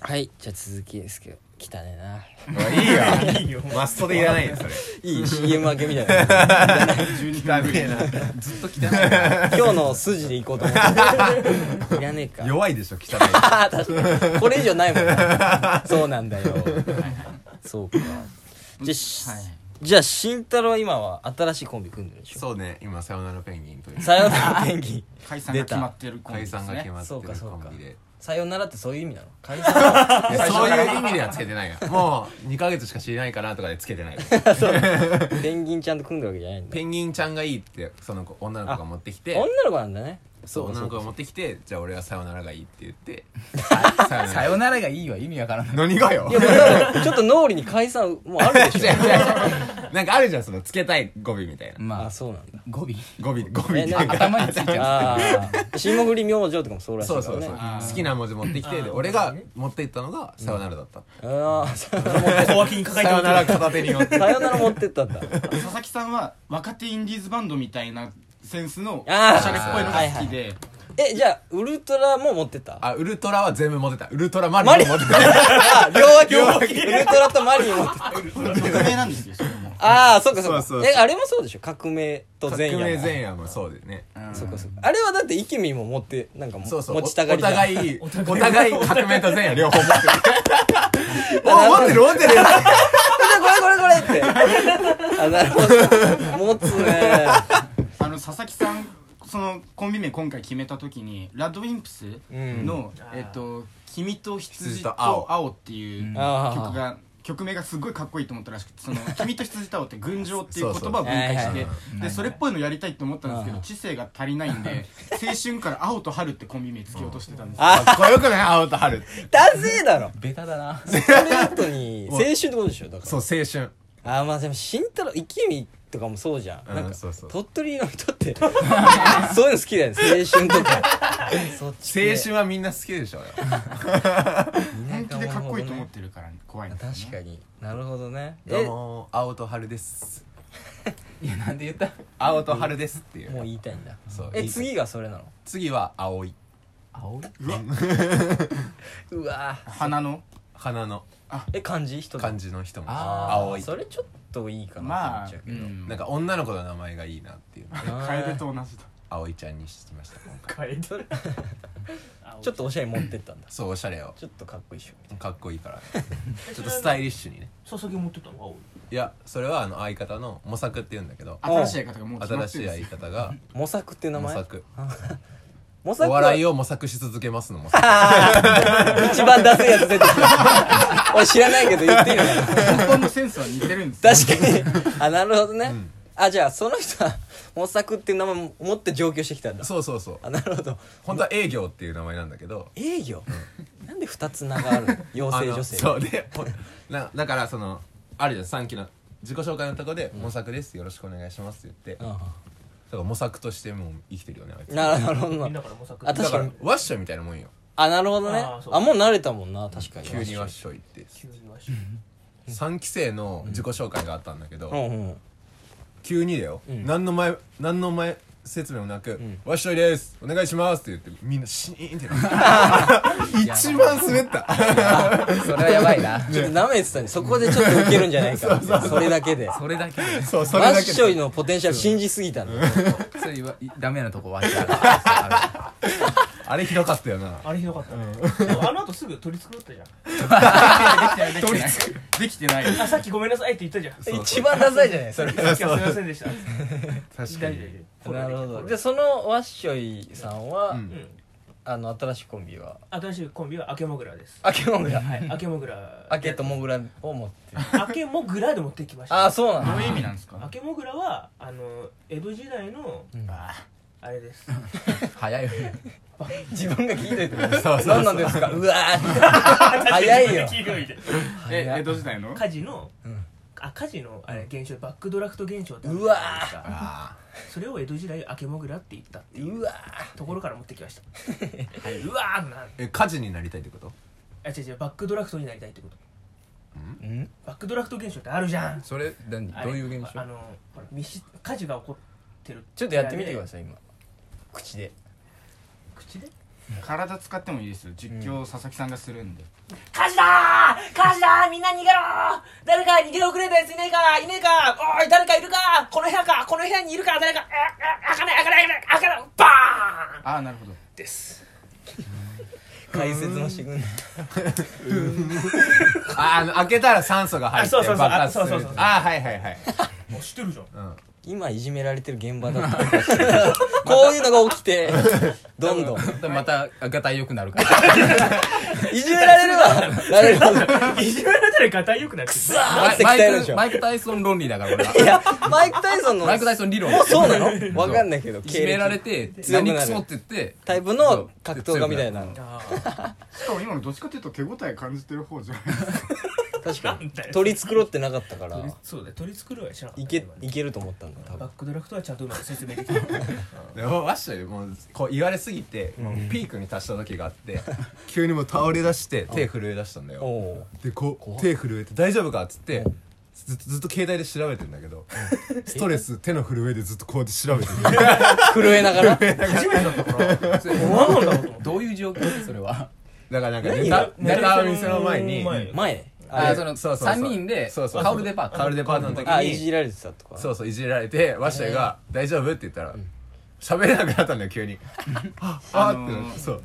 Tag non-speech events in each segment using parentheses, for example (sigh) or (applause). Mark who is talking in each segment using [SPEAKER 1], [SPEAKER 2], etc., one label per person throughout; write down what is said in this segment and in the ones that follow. [SPEAKER 1] はいじゃあ続きですけど汚ね
[SPEAKER 2] いいよマストでいらないよそれ
[SPEAKER 1] ないい CM 明けみたいな
[SPEAKER 2] (laughs) 汚ねえな
[SPEAKER 3] ずっと汚いな
[SPEAKER 1] 今日の筋でいこうと思っていらねえか
[SPEAKER 2] 弱いでしょ汚
[SPEAKER 1] あー確かにこれ以上ないもんなそうなんだよそうかじゃあし、
[SPEAKER 3] はいはい
[SPEAKER 1] じゃあ慎太郎は今は新しいコンビ組んでるで
[SPEAKER 2] い
[SPEAKER 1] しょ
[SPEAKER 2] (laughs) そうね今 (laughs) さよならペンギンという
[SPEAKER 1] さよならペンギン
[SPEAKER 3] 解散が決まってるコン
[SPEAKER 2] 解
[SPEAKER 3] ビです
[SPEAKER 2] 散が決
[SPEAKER 3] ね
[SPEAKER 2] まって
[SPEAKER 1] そう
[SPEAKER 2] る
[SPEAKER 1] かそう
[SPEAKER 2] コ
[SPEAKER 1] か
[SPEAKER 2] ンビで
[SPEAKER 1] さよならってそういう意味なの解散
[SPEAKER 2] いやそういう意味ではつけてないよもう2ヶ月しか知りないかなとかでつけてない
[SPEAKER 1] ペンギンちゃんと組んでるわけじゃないんだ
[SPEAKER 2] ペンギンちゃんがいいってその子女の子が持ってきて
[SPEAKER 1] 女の子なんだね
[SPEAKER 2] そう女の子が持ってきてじゃあ俺はさよならがいいって言ってさよ
[SPEAKER 3] さよならがいいわ意味わからない
[SPEAKER 2] 何がよ
[SPEAKER 1] いやもう多分ちょっと脳裏に解散もうあるでしょ
[SPEAKER 2] 違う違う違うなんかあるじゃんそのつけたい語尾みたいな
[SPEAKER 3] ま
[SPEAKER 1] あ
[SPEAKER 3] あ
[SPEAKER 1] そうなんだ
[SPEAKER 3] 語尾
[SPEAKER 2] 語尾語尾
[SPEAKER 1] え
[SPEAKER 2] みた
[SPEAKER 1] ないん
[SPEAKER 2] な
[SPEAKER 1] か
[SPEAKER 3] 頭についちゃう
[SPEAKER 1] ああ霜降り明星とかもそうらしいか
[SPEAKER 2] そ
[SPEAKER 1] ら
[SPEAKER 2] う
[SPEAKER 1] ね
[SPEAKER 2] そうそう
[SPEAKER 3] あー
[SPEAKER 2] 好きな文字持ってきてで俺が持っていったのがさよならだった
[SPEAKER 1] あーさ
[SPEAKER 4] 小脇に抱え
[SPEAKER 2] さ
[SPEAKER 4] て
[SPEAKER 2] よ
[SPEAKER 4] お
[SPEAKER 2] なら片手に持って
[SPEAKER 1] さよなら持ってったんだ
[SPEAKER 3] 佐々木さんは若手インディーズバンドみたいなセンスのおし
[SPEAKER 1] あー
[SPEAKER 3] ゃれっぽいのが好きで
[SPEAKER 1] えじゃあウルトラも持ってった
[SPEAKER 2] あウルトラは全部持ってたウルトラマリオも持って
[SPEAKER 1] (laughs)
[SPEAKER 2] た
[SPEAKER 1] あ両脇もウルトラとマリン持ってた
[SPEAKER 3] 匿名なんですよそれも
[SPEAKER 1] ああそっかそっか
[SPEAKER 2] そうそうそう
[SPEAKER 1] えあれもそうでしょ革命と
[SPEAKER 2] 革
[SPEAKER 1] 前夜
[SPEAKER 2] 命
[SPEAKER 1] も
[SPEAKER 2] 前夜もそうでね
[SPEAKER 1] そっかそっかあれはだってイケミも持ってなんかも
[SPEAKER 2] そうそう
[SPEAKER 1] 持ちたがり
[SPEAKER 2] おお互
[SPEAKER 1] い
[SPEAKER 2] いお互い革命と前夜両方持って
[SPEAKER 1] なるほど
[SPEAKER 2] るお持ってる持ってる
[SPEAKER 1] これこれこれこれってあなるほど持つね
[SPEAKER 3] あの佐々木さんそのコンビ名今回決めた時にラドウィンプスの「えっと君と羊と青」っていう曲が曲名がすごいかっこいいと思ったらしくて「 (laughs) その君と羊と青」って「群青」っていう言葉を分解
[SPEAKER 1] そう
[SPEAKER 3] し
[SPEAKER 1] そう
[SPEAKER 3] てでそれっぽいのやりたいと思ったんですけど知性が足りないんで青春から「青」と「春」ってコンビ名つけようとしてたんですよ
[SPEAKER 1] あ
[SPEAKER 2] かっこよくない青と春
[SPEAKER 1] ダセえだろ
[SPEAKER 3] ベタだな
[SPEAKER 1] ストレートに青春ってことでしょだから
[SPEAKER 2] そう青春
[SPEAKER 1] あーまあでも慎太郎イケミとかもそうじゃん
[SPEAKER 2] うん
[SPEAKER 1] なんか
[SPEAKER 2] そうそう
[SPEAKER 1] 鳥取の人って (laughs) そういうの好きだよね青春と
[SPEAKER 3] (laughs)
[SPEAKER 1] かそっち
[SPEAKER 2] 青
[SPEAKER 1] 系
[SPEAKER 2] 春はみんな好きでしょうよ
[SPEAKER 3] 本気でかっこいいと思ってるから怖いんですよね
[SPEAKER 1] 確かになるほどね
[SPEAKER 2] どう
[SPEAKER 1] え
[SPEAKER 2] も青と春です
[SPEAKER 3] いやなんで言った
[SPEAKER 2] 青と春ですっていう
[SPEAKER 1] もう言いたいんだ
[SPEAKER 2] そうい
[SPEAKER 1] え
[SPEAKER 2] い
[SPEAKER 1] 次がそれなの
[SPEAKER 2] 次は青いう
[SPEAKER 1] わー
[SPEAKER 3] 花の
[SPEAKER 2] 花の
[SPEAKER 1] え漢字一つ
[SPEAKER 2] 感じの人も
[SPEAKER 1] あ
[SPEAKER 2] 青
[SPEAKER 1] あ
[SPEAKER 2] い
[SPEAKER 1] それちょっといいかな
[SPEAKER 3] ま
[SPEAKER 1] って思
[SPEAKER 3] あ
[SPEAKER 1] っちゃうけ
[SPEAKER 3] う
[SPEAKER 1] ど、
[SPEAKER 3] ん
[SPEAKER 2] なんか女の子の名前がいいなっていうので
[SPEAKER 1] あー
[SPEAKER 3] 楓と同じだ
[SPEAKER 2] 葵ちゃんにしてきました今回
[SPEAKER 4] かえ
[SPEAKER 1] それ
[SPEAKER 4] ち
[SPEAKER 1] ちょっとおしゃれ持ってったんだ
[SPEAKER 2] そうおしゃれを
[SPEAKER 1] ちょっとかっこいいっしょみたい
[SPEAKER 2] かっこい
[SPEAKER 1] (laughs)
[SPEAKER 2] いからちょっとスタイリッシュにね
[SPEAKER 4] 佐々木持ってたの青い
[SPEAKER 2] いやそれはあの相方の模索って言うんだけど
[SPEAKER 3] 新しい方がもう決ま
[SPEAKER 2] 新
[SPEAKER 3] って
[SPEAKER 2] し
[SPEAKER 3] るん
[SPEAKER 2] い
[SPEAKER 3] です
[SPEAKER 2] 相
[SPEAKER 3] よ
[SPEAKER 2] 方が
[SPEAKER 1] な模索っていう名
[SPEAKER 2] 模
[SPEAKER 1] 前
[SPEAKER 2] 索
[SPEAKER 1] 模索
[SPEAKER 2] お笑い
[SPEAKER 1] を
[SPEAKER 2] を模索し続けますの模索
[SPEAKER 1] 一番ダセいやつ出てきた (laughs) 俺知らないけど言っていいのかな
[SPEAKER 3] 日本のセンスは似てるんですよ
[SPEAKER 1] 確かに
[SPEAKER 2] (laughs)
[SPEAKER 1] あなるほどね、あじゃあその人は模索っていう名前も持って上京してきたんだ
[SPEAKER 2] そうそうそう
[SPEAKER 1] あなるほど
[SPEAKER 2] 本当は営業っていう名前なんだけど
[SPEAKER 1] 営業、なんで二つ名が
[SPEAKER 2] (laughs)
[SPEAKER 1] あるの
[SPEAKER 2] あ
[SPEAKER 1] 妖精
[SPEAKER 2] の
[SPEAKER 1] 女性
[SPEAKER 2] そうでほなだからそのあるじゃん三期の自己紹介のとこで「模索ですよろしくお願いします」って言って、だ
[SPEAKER 1] あ
[SPEAKER 2] から模索としてもう生きてるよねあい
[SPEAKER 1] あ
[SPEAKER 2] つ
[SPEAKER 1] なるほどな
[SPEAKER 4] みんなから模索
[SPEAKER 1] あ確
[SPEAKER 2] だ
[SPEAKER 1] か
[SPEAKER 2] か
[SPEAKER 1] に
[SPEAKER 2] らワッショイみたいなもんよ
[SPEAKER 1] あなるほどね
[SPEAKER 4] あ
[SPEAKER 1] あ
[SPEAKER 4] ーそう
[SPEAKER 1] もう慣れたもんな確かに
[SPEAKER 2] 急にワッショイって
[SPEAKER 4] 急にわし
[SPEAKER 2] 3期生の自己紹介があったんだけど、
[SPEAKER 1] うんうん
[SPEAKER 2] 急にだよ、
[SPEAKER 1] ん
[SPEAKER 2] 何の前何の前説明もなく「わっしょいですお願いします」って言ってみんなシーンってな一番滑った
[SPEAKER 3] それはやばいな
[SPEAKER 1] ちょっと舐めてたねそこでちょっとウケるんじゃないか
[SPEAKER 2] (laughs)
[SPEAKER 1] ってそれだけで
[SPEAKER 3] (laughs) それだけ
[SPEAKER 2] そうそれ
[SPEAKER 1] ワッ
[SPEAKER 2] だけ
[SPEAKER 1] ショイ
[SPEAKER 2] で
[SPEAKER 1] のポテンシャル信じすぎたんだよ
[SPEAKER 3] それはダメなとこ割っちゃ
[SPEAKER 2] あれひどかったよな
[SPEAKER 4] あれひどかったねでもあの後すぐ取り繕ったじゃん
[SPEAKER 3] (laughs) うできてないできてない
[SPEAKER 4] あさっきごめんなさいって言った
[SPEAKER 1] (laughs)
[SPEAKER 4] じゃんさっ
[SPEAKER 1] 一番ダサいじゃないそれ
[SPEAKER 4] きはすいませんでした
[SPEAKER 2] 確か
[SPEAKER 4] 大
[SPEAKER 2] に
[SPEAKER 4] 丈夫これ
[SPEAKER 1] なるほど
[SPEAKER 4] こ
[SPEAKER 1] で
[SPEAKER 4] れ
[SPEAKER 1] そのワッショイさんは、
[SPEAKER 2] うん
[SPEAKER 4] うん
[SPEAKER 1] あの新しいコンビは
[SPEAKER 4] 新しいコンビは明けもぐらです
[SPEAKER 1] あけもぐら
[SPEAKER 4] はい明けもぐら
[SPEAKER 1] あけともぐらを持って
[SPEAKER 4] 明けもぐらで持ってきました
[SPEAKER 1] ああそうなんだ
[SPEAKER 3] どういう意味なんですか
[SPEAKER 4] 明けもぐらはあの江戸時代のあれです
[SPEAKER 3] 早いよね
[SPEAKER 1] (laughs) 自分が聞いといても
[SPEAKER 2] そうそうそう
[SPEAKER 1] 何なんですかうわー早いよ
[SPEAKER 4] 黄色いで
[SPEAKER 3] え江戸時代の
[SPEAKER 4] (laughs) 火事の
[SPEAKER 1] ん
[SPEAKER 4] あ火事のあれ現象バックドラフト現象ってある
[SPEAKER 1] うわ
[SPEAKER 4] じゃないですか
[SPEAKER 2] あ
[SPEAKER 4] それを江戸時代明けもぐらって言った
[SPEAKER 1] うわ
[SPEAKER 4] ところから持ってきましたはいうわーなん
[SPEAKER 2] ーえ火事になりたいってこと
[SPEAKER 4] あ違う違うバックドラフトになりたいってこと
[SPEAKER 1] ーん
[SPEAKER 4] バックドラフト現象ってあるじゃん
[SPEAKER 3] それ何
[SPEAKER 4] あれあのほら密室火事が起こってる
[SPEAKER 1] ちょっとやってみてくだ
[SPEAKER 4] い
[SPEAKER 1] さい今口で
[SPEAKER 4] 口で
[SPEAKER 3] 体使ってもいいですよ実況佐々木さんがするんで、
[SPEAKER 1] 火事だー火事だーみんな逃げろー誰か逃げ遅れたやついねえかいねえかおい誰かいるかこの部屋かこの部屋にいるか誰かああ開かない開かない開かない開かないバーン
[SPEAKER 3] ああなるほど
[SPEAKER 1] です解説のシグナ
[SPEAKER 2] ああの開けたら酸素が入って
[SPEAKER 4] あそうそうそう
[SPEAKER 2] 爆発する
[SPEAKER 4] あそうそうそう
[SPEAKER 2] ああはい
[SPEAKER 3] (laughs)
[SPEAKER 2] はいはい
[SPEAKER 4] あ知ってるじゃん
[SPEAKER 1] 今いじめられてる現場だったかもしれないこういうのが起きてどんどん
[SPEAKER 5] またがたい良くなるから
[SPEAKER 1] いじめられるわなれるわ
[SPEAKER 4] いじめられたらガタイ良くなる
[SPEAKER 1] ザーって鍛えるでしょ
[SPEAKER 5] マイク・タイソン論理だから俺はい
[SPEAKER 1] やマイク・タイソンの
[SPEAKER 5] マイク・タイソン理論
[SPEAKER 1] そうなのわかんないけど
[SPEAKER 5] いじめられて
[SPEAKER 1] 強くなる
[SPEAKER 5] 何クソって言って
[SPEAKER 1] タイプの格闘家みたいなの
[SPEAKER 3] しかも今のどっちかっていうと手応え感じてる方じゃない
[SPEAKER 1] 確かに
[SPEAKER 4] だよ
[SPEAKER 1] 取り繕ってなかったから
[SPEAKER 4] そうだよ取り繕いはしなかった
[SPEAKER 1] いけ
[SPEAKER 4] 今ね
[SPEAKER 1] いけると思ったんだ多
[SPEAKER 4] バッ
[SPEAKER 1] 分
[SPEAKER 4] クドラフトはちゃんとうまく説明できた
[SPEAKER 2] でもわっしょいもうこう言われすぎて、もうピークに達した時があって急にもう倒れ出して手震え出したんだよ
[SPEAKER 1] おお
[SPEAKER 2] でこう手震えて「大丈夫か?」っつってずずずっと携帯で調べてんだけどストレス手の震えでずっとこうやって調べてる
[SPEAKER 1] 震えながら
[SPEAKER 3] 初めてだったから
[SPEAKER 5] それどうどういう状況それは
[SPEAKER 2] だからなんかネタネタ見せの前に
[SPEAKER 1] 前
[SPEAKER 5] あ
[SPEAKER 1] あ
[SPEAKER 5] その
[SPEAKER 2] そうそうそう
[SPEAKER 5] 3人で
[SPEAKER 2] そうそうそう
[SPEAKER 5] カウルデパート
[SPEAKER 2] カウルデパートの時
[SPEAKER 1] あいじ
[SPEAKER 2] に
[SPEAKER 1] られてたとか
[SPEAKER 2] そうそういじられてわっしょいが「大丈夫?」って言ったら喋れなくなったんだよ急にああ
[SPEAKER 3] あ
[SPEAKER 2] ー
[SPEAKER 3] の
[SPEAKER 2] って
[SPEAKER 3] ー
[SPEAKER 2] なってそう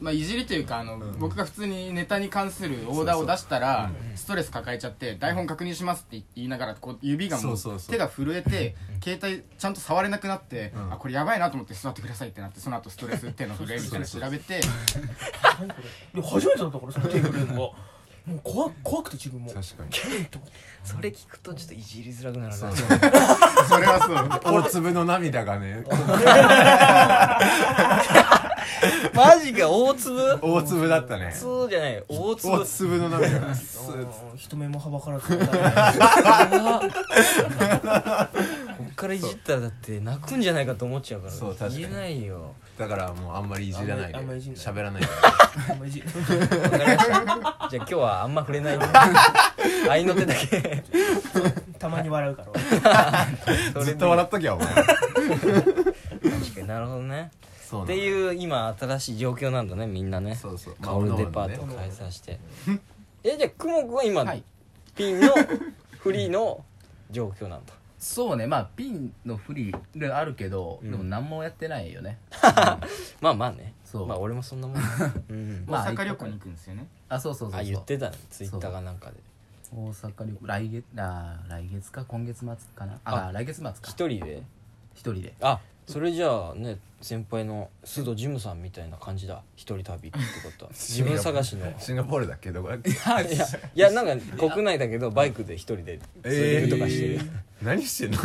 [SPEAKER 3] まあいじりというかあの、僕が普通にネタに関するオーダーを出したらストレス抱えちゃって台本確認しますって言いながらこう指がもう
[SPEAKER 2] そうそうそう
[SPEAKER 3] 手が震えて携帯ちゃんと触れなくなって、あこれやばいなと思って座ってくださいってなってその後ストレス手の震えみたいなの調べて
[SPEAKER 4] 何これいや初めてだったからその手震えるのがもう怖怖くて自分も
[SPEAKER 2] 確かに
[SPEAKER 1] それ聞くとちょっといじりづらくなる
[SPEAKER 2] そ
[SPEAKER 1] な
[SPEAKER 2] う
[SPEAKER 3] それはそう
[SPEAKER 2] 大粒の涙がね
[SPEAKER 1] (laughs) マジか大粒
[SPEAKER 2] 大粒だったね
[SPEAKER 1] そうじゃない大粒
[SPEAKER 2] 大粒の
[SPEAKER 1] (laughs)
[SPEAKER 2] 涙がス
[SPEAKER 4] う
[SPEAKER 2] ーッ
[SPEAKER 4] ん人目もはばからずだから
[SPEAKER 1] こっからいじったらだって泣くんじゃないかと思っちゃうから
[SPEAKER 2] そう確かに
[SPEAKER 1] 言えないよ
[SPEAKER 2] だからもうあんまりいじらないで
[SPEAKER 4] あんまりいじんない
[SPEAKER 2] 喋らないで
[SPEAKER 4] あんまいじ
[SPEAKER 1] わかりましたじゃあ今日はあんま触れないで (laughs) 合いの手だけ
[SPEAKER 4] たまに笑うから俺
[SPEAKER 1] (laughs) それ
[SPEAKER 2] ずっ
[SPEAKER 1] で
[SPEAKER 2] と笑っときゃお前
[SPEAKER 1] 確かになるほどね
[SPEAKER 2] そうな
[SPEAKER 1] っ
[SPEAKER 2] の
[SPEAKER 1] ていう今新しい状況なんだねみんなね
[SPEAKER 2] そうそう
[SPEAKER 1] カオルデパートを開催してえじゃあくもくは今、
[SPEAKER 3] はい
[SPEAKER 1] ピンのフリーの状況なんだ
[SPEAKER 5] そうねまあピンのフリーあるけど、
[SPEAKER 1] うん
[SPEAKER 5] でも何もやってないよね
[SPEAKER 1] (laughs) まあまあね
[SPEAKER 5] そう
[SPEAKER 1] まあ俺もそんな
[SPEAKER 5] (laughs)
[SPEAKER 1] もん、うん、
[SPEAKER 5] まあ
[SPEAKER 3] 大阪旅行に行くんですよね
[SPEAKER 5] あそうそうそうそう
[SPEAKER 1] あ言ってたねツイッターかなんかで
[SPEAKER 5] 大阪旅行来月あー来月か今月末かなあ
[SPEAKER 1] あ
[SPEAKER 5] 来月末か
[SPEAKER 1] 一人で
[SPEAKER 5] 一人で
[SPEAKER 1] あそれじゃあね先輩の須藤ジムさんみたいな感じだ一人旅って
[SPEAKER 5] (laughs)
[SPEAKER 1] ことは自分探しの
[SPEAKER 2] シンガポールだっけどこだっけ
[SPEAKER 1] いやいやなんか国内だけどバイクで一人でツーリングとかしてる、
[SPEAKER 2] ー何してんの (laughs)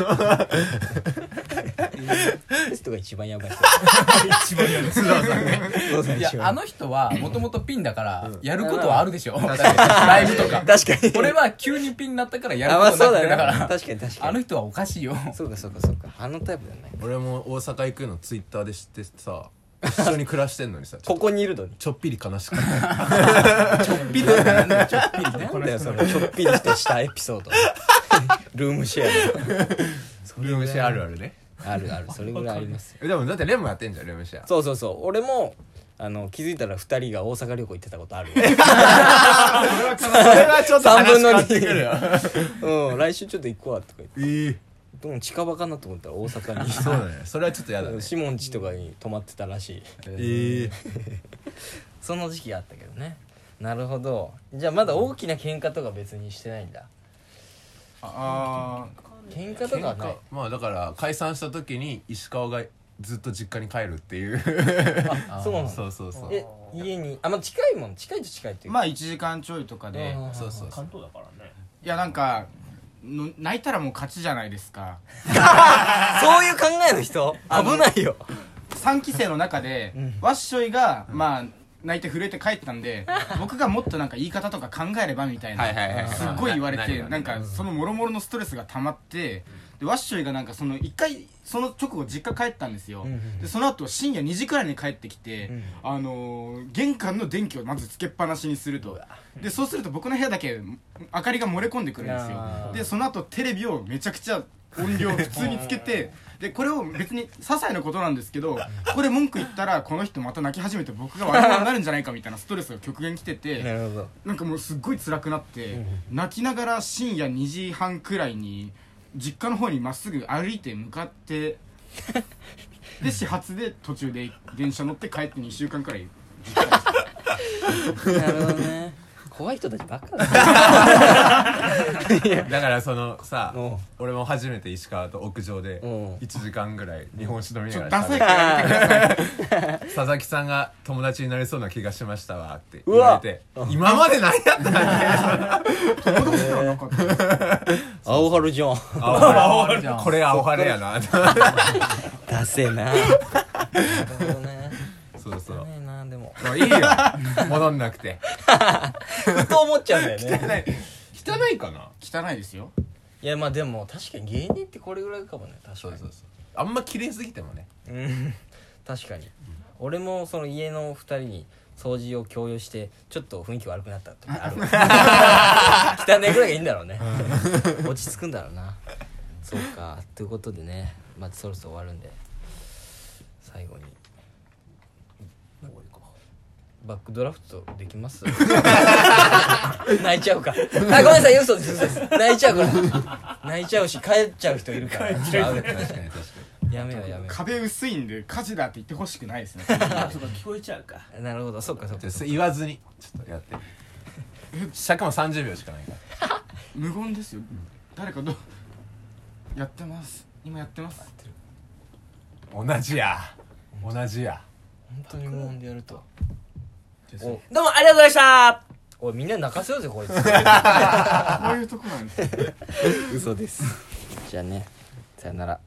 [SPEAKER 1] 人が一番やばい人
[SPEAKER 4] 一番やる
[SPEAKER 1] そうそう
[SPEAKER 5] い
[SPEAKER 1] 一
[SPEAKER 5] や
[SPEAKER 1] 番
[SPEAKER 5] あの人はもともとピンだからやることはあるでしょ
[SPEAKER 2] 確
[SPEAKER 5] ライブとか
[SPEAKER 1] 確かに
[SPEAKER 5] 俺は急にピンになったからや
[SPEAKER 1] あまあ
[SPEAKER 5] るこ
[SPEAKER 1] そ
[SPEAKER 5] と
[SPEAKER 1] う
[SPEAKER 5] なく
[SPEAKER 1] だよ
[SPEAKER 5] てだか
[SPEAKER 1] ね
[SPEAKER 5] ら
[SPEAKER 1] 確かに確か
[SPEAKER 5] あの
[SPEAKER 1] に
[SPEAKER 5] 人はおかしいよ
[SPEAKER 1] そうかそうかそうかあのタイプじゃない
[SPEAKER 2] 俺も大阪行くのツイッターで知ってさ一緒に暮らしてんのにさちょ
[SPEAKER 1] ここにいるのに
[SPEAKER 2] ちょっぴり悲
[SPEAKER 1] (laughs)
[SPEAKER 2] しかった
[SPEAKER 5] ピンだからなんだよちょっとピン
[SPEAKER 1] なんだよそのちょっぴりしてしたエピソード (laughs) ルームシェ
[SPEAKER 2] ルームシェアあるあるね
[SPEAKER 1] アあるあるそれぐらいありますよ
[SPEAKER 2] えでもだってレンもやってんじゃんルームシェア
[SPEAKER 1] そうそうそう俺もあの気づいたら2人が大阪旅行行ってたことある
[SPEAKER 2] それはちょっ
[SPEAKER 1] 3分の
[SPEAKER 2] 悲しくなってくるよ
[SPEAKER 1] 2 (laughs) うん来週ちょっと行こうわとか言って
[SPEAKER 2] えー
[SPEAKER 1] でも近場かなと思ったら大阪 (laughs) に
[SPEAKER 2] そうだねそれはちょっとや
[SPEAKER 1] (laughs)
[SPEAKER 2] だね
[SPEAKER 1] シモンチとかに泊まってたらしい
[SPEAKER 2] えー
[SPEAKER 1] その時期があったけどねなるほどじゃあまだ大きな喧嘩とか別にしてないんだ
[SPEAKER 3] あ
[SPEAKER 1] 喧嘩とかはない
[SPEAKER 2] まあだから解散した時に石川がずっと実家に帰るっていう
[SPEAKER 1] あそうなんだ
[SPEAKER 2] そうそうそう
[SPEAKER 1] え家にあまあ近いもん近いと近いって
[SPEAKER 3] あ
[SPEAKER 1] いう
[SPEAKER 3] まあ1時間ちょいとかで
[SPEAKER 1] うん
[SPEAKER 2] そうそうそう
[SPEAKER 4] 関東だからね
[SPEAKER 3] いやなんかの泣いたらもう勝ちじゃないですか
[SPEAKER 1] そういう考えの (laughs) 人危ないよ
[SPEAKER 3] 3期生の中で、わっしょいが、まあ泣いて震えて帰ったん
[SPEAKER 2] (laughs)
[SPEAKER 3] で僕がもっとなんか言い方とか考えればみたいな
[SPEAKER 2] はいはいはい
[SPEAKER 3] すっごい言われ
[SPEAKER 2] ななる
[SPEAKER 3] て
[SPEAKER 2] よね
[SPEAKER 3] なんかそのもろもろのストレスが溜まってでわっしょいがなんかその一回その直後実家帰ったんですよ、
[SPEAKER 1] うんうん
[SPEAKER 3] でその後深夜2時くらいに帰ってきて、
[SPEAKER 1] うん
[SPEAKER 3] あのー玄関の電気をまずつけっぱなしにするとでそうすると僕の部屋だけ明かりが漏れ込んでくるんですよ
[SPEAKER 1] あー
[SPEAKER 3] でその後テレビをめちゃくちゃ音量普通につけてでこれを別に些細なことなんですけどここで文句言ったらこの人また泣き始めて僕が悪者になるんじゃないかみたいなストレスが極限きてて
[SPEAKER 1] なるほど
[SPEAKER 3] なんかもうすっごい辛くなって泣きながら深夜2時半くらいに実家の方にまっすぐ歩いて向かってで始発で途中で電車乗って帰って2週間くらい
[SPEAKER 1] なるほどね怖い人たちばっかだ
[SPEAKER 2] だからそのさ
[SPEAKER 1] うん
[SPEAKER 2] 俺も初めて石川と屋上で
[SPEAKER 1] うん
[SPEAKER 2] 1時間ぐらい日本酒飲み
[SPEAKER 3] ちょっ
[SPEAKER 2] なが
[SPEAKER 3] とダ
[SPEAKER 2] ら
[SPEAKER 3] サい
[SPEAKER 2] 喋っ
[SPEAKER 3] からやめてください
[SPEAKER 2] て佐々木さんが友達になれそうな気がしましたわって
[SPEAKER 1] う
[SPEAKER 2] 言わ
[SPEAKER 1] わ
[SPEAKER 2] れて今まで何やったんだ
[SPEAKER 3] 子供ではなかった
[SPEAKER 1] 青春 (laughs) じゃん
[SPEAKER 2] 青
[SPEAKER 6] じゃん
[SPEAKER 2] これ青晴れやな
[SPEAKER 1] ダセえななるほどね
[SPEAKER 2] そうそう
[SPEAKER 1] ダメえなでも
[SPEAKER 2] もう
[SPEAKER 1] (laughs)
[SPEAKER 2] いいよ戻んなくて
[SPEAKER 1] ふと思っちゃうんだよね
[SPEAKER 2] 汚い汚いかな
[SPEAKER 3] 汚いですよ
[SPEAKER 1] いやまあでも確かに芸人ってこれぐらいかもね確かに
[SPEAKER 2] あんま綺麗すぎてもね
[SPEAKER 1] うん確かに俺もその家の二人に掃除を共有してちょっと雰囲気悪くなった時あるわ汚いぐらいがいいんだろうね落ち着くんだろうなそうかということでねまあそろそろ終わるんで最後にバックドラフトできます泣いちゃうかあごめんなさい嘘です嘘です泣いちゃうから泣いちゃうし帰っちゃう人いるから
[SPEAKER 2] 確かに確かに
[SPEAKER 1] やめようやめよ
[SPEAKER 3] 壁薄いんで火事だって言ってほしくないですね
[SPEAKER 7] そうか聞こえちゃうか
[SPEAKER 1] うなるほどそうかそうか
[SPEAKER 2] じゃあそれ言わずにちょっとやって尺も30秒しかないから
[SPEAKER 3] 無言ですよ誰かどうやってます今やってます
[SPEAKER 2] 同じや同じや
[SPEAKER 1] 本当に無音でやると
[SPEAKER 8] ど
[SPEAKER 1] お
[SPEAKER 8] うもありがとうございました
[SPEAKER 1] おいみんな泣かせようぜ (laughs) こいつ
[SPEAKER 3] こういうとこなんです
[SPEAKER 1] 嘘ですじゃあねさよなら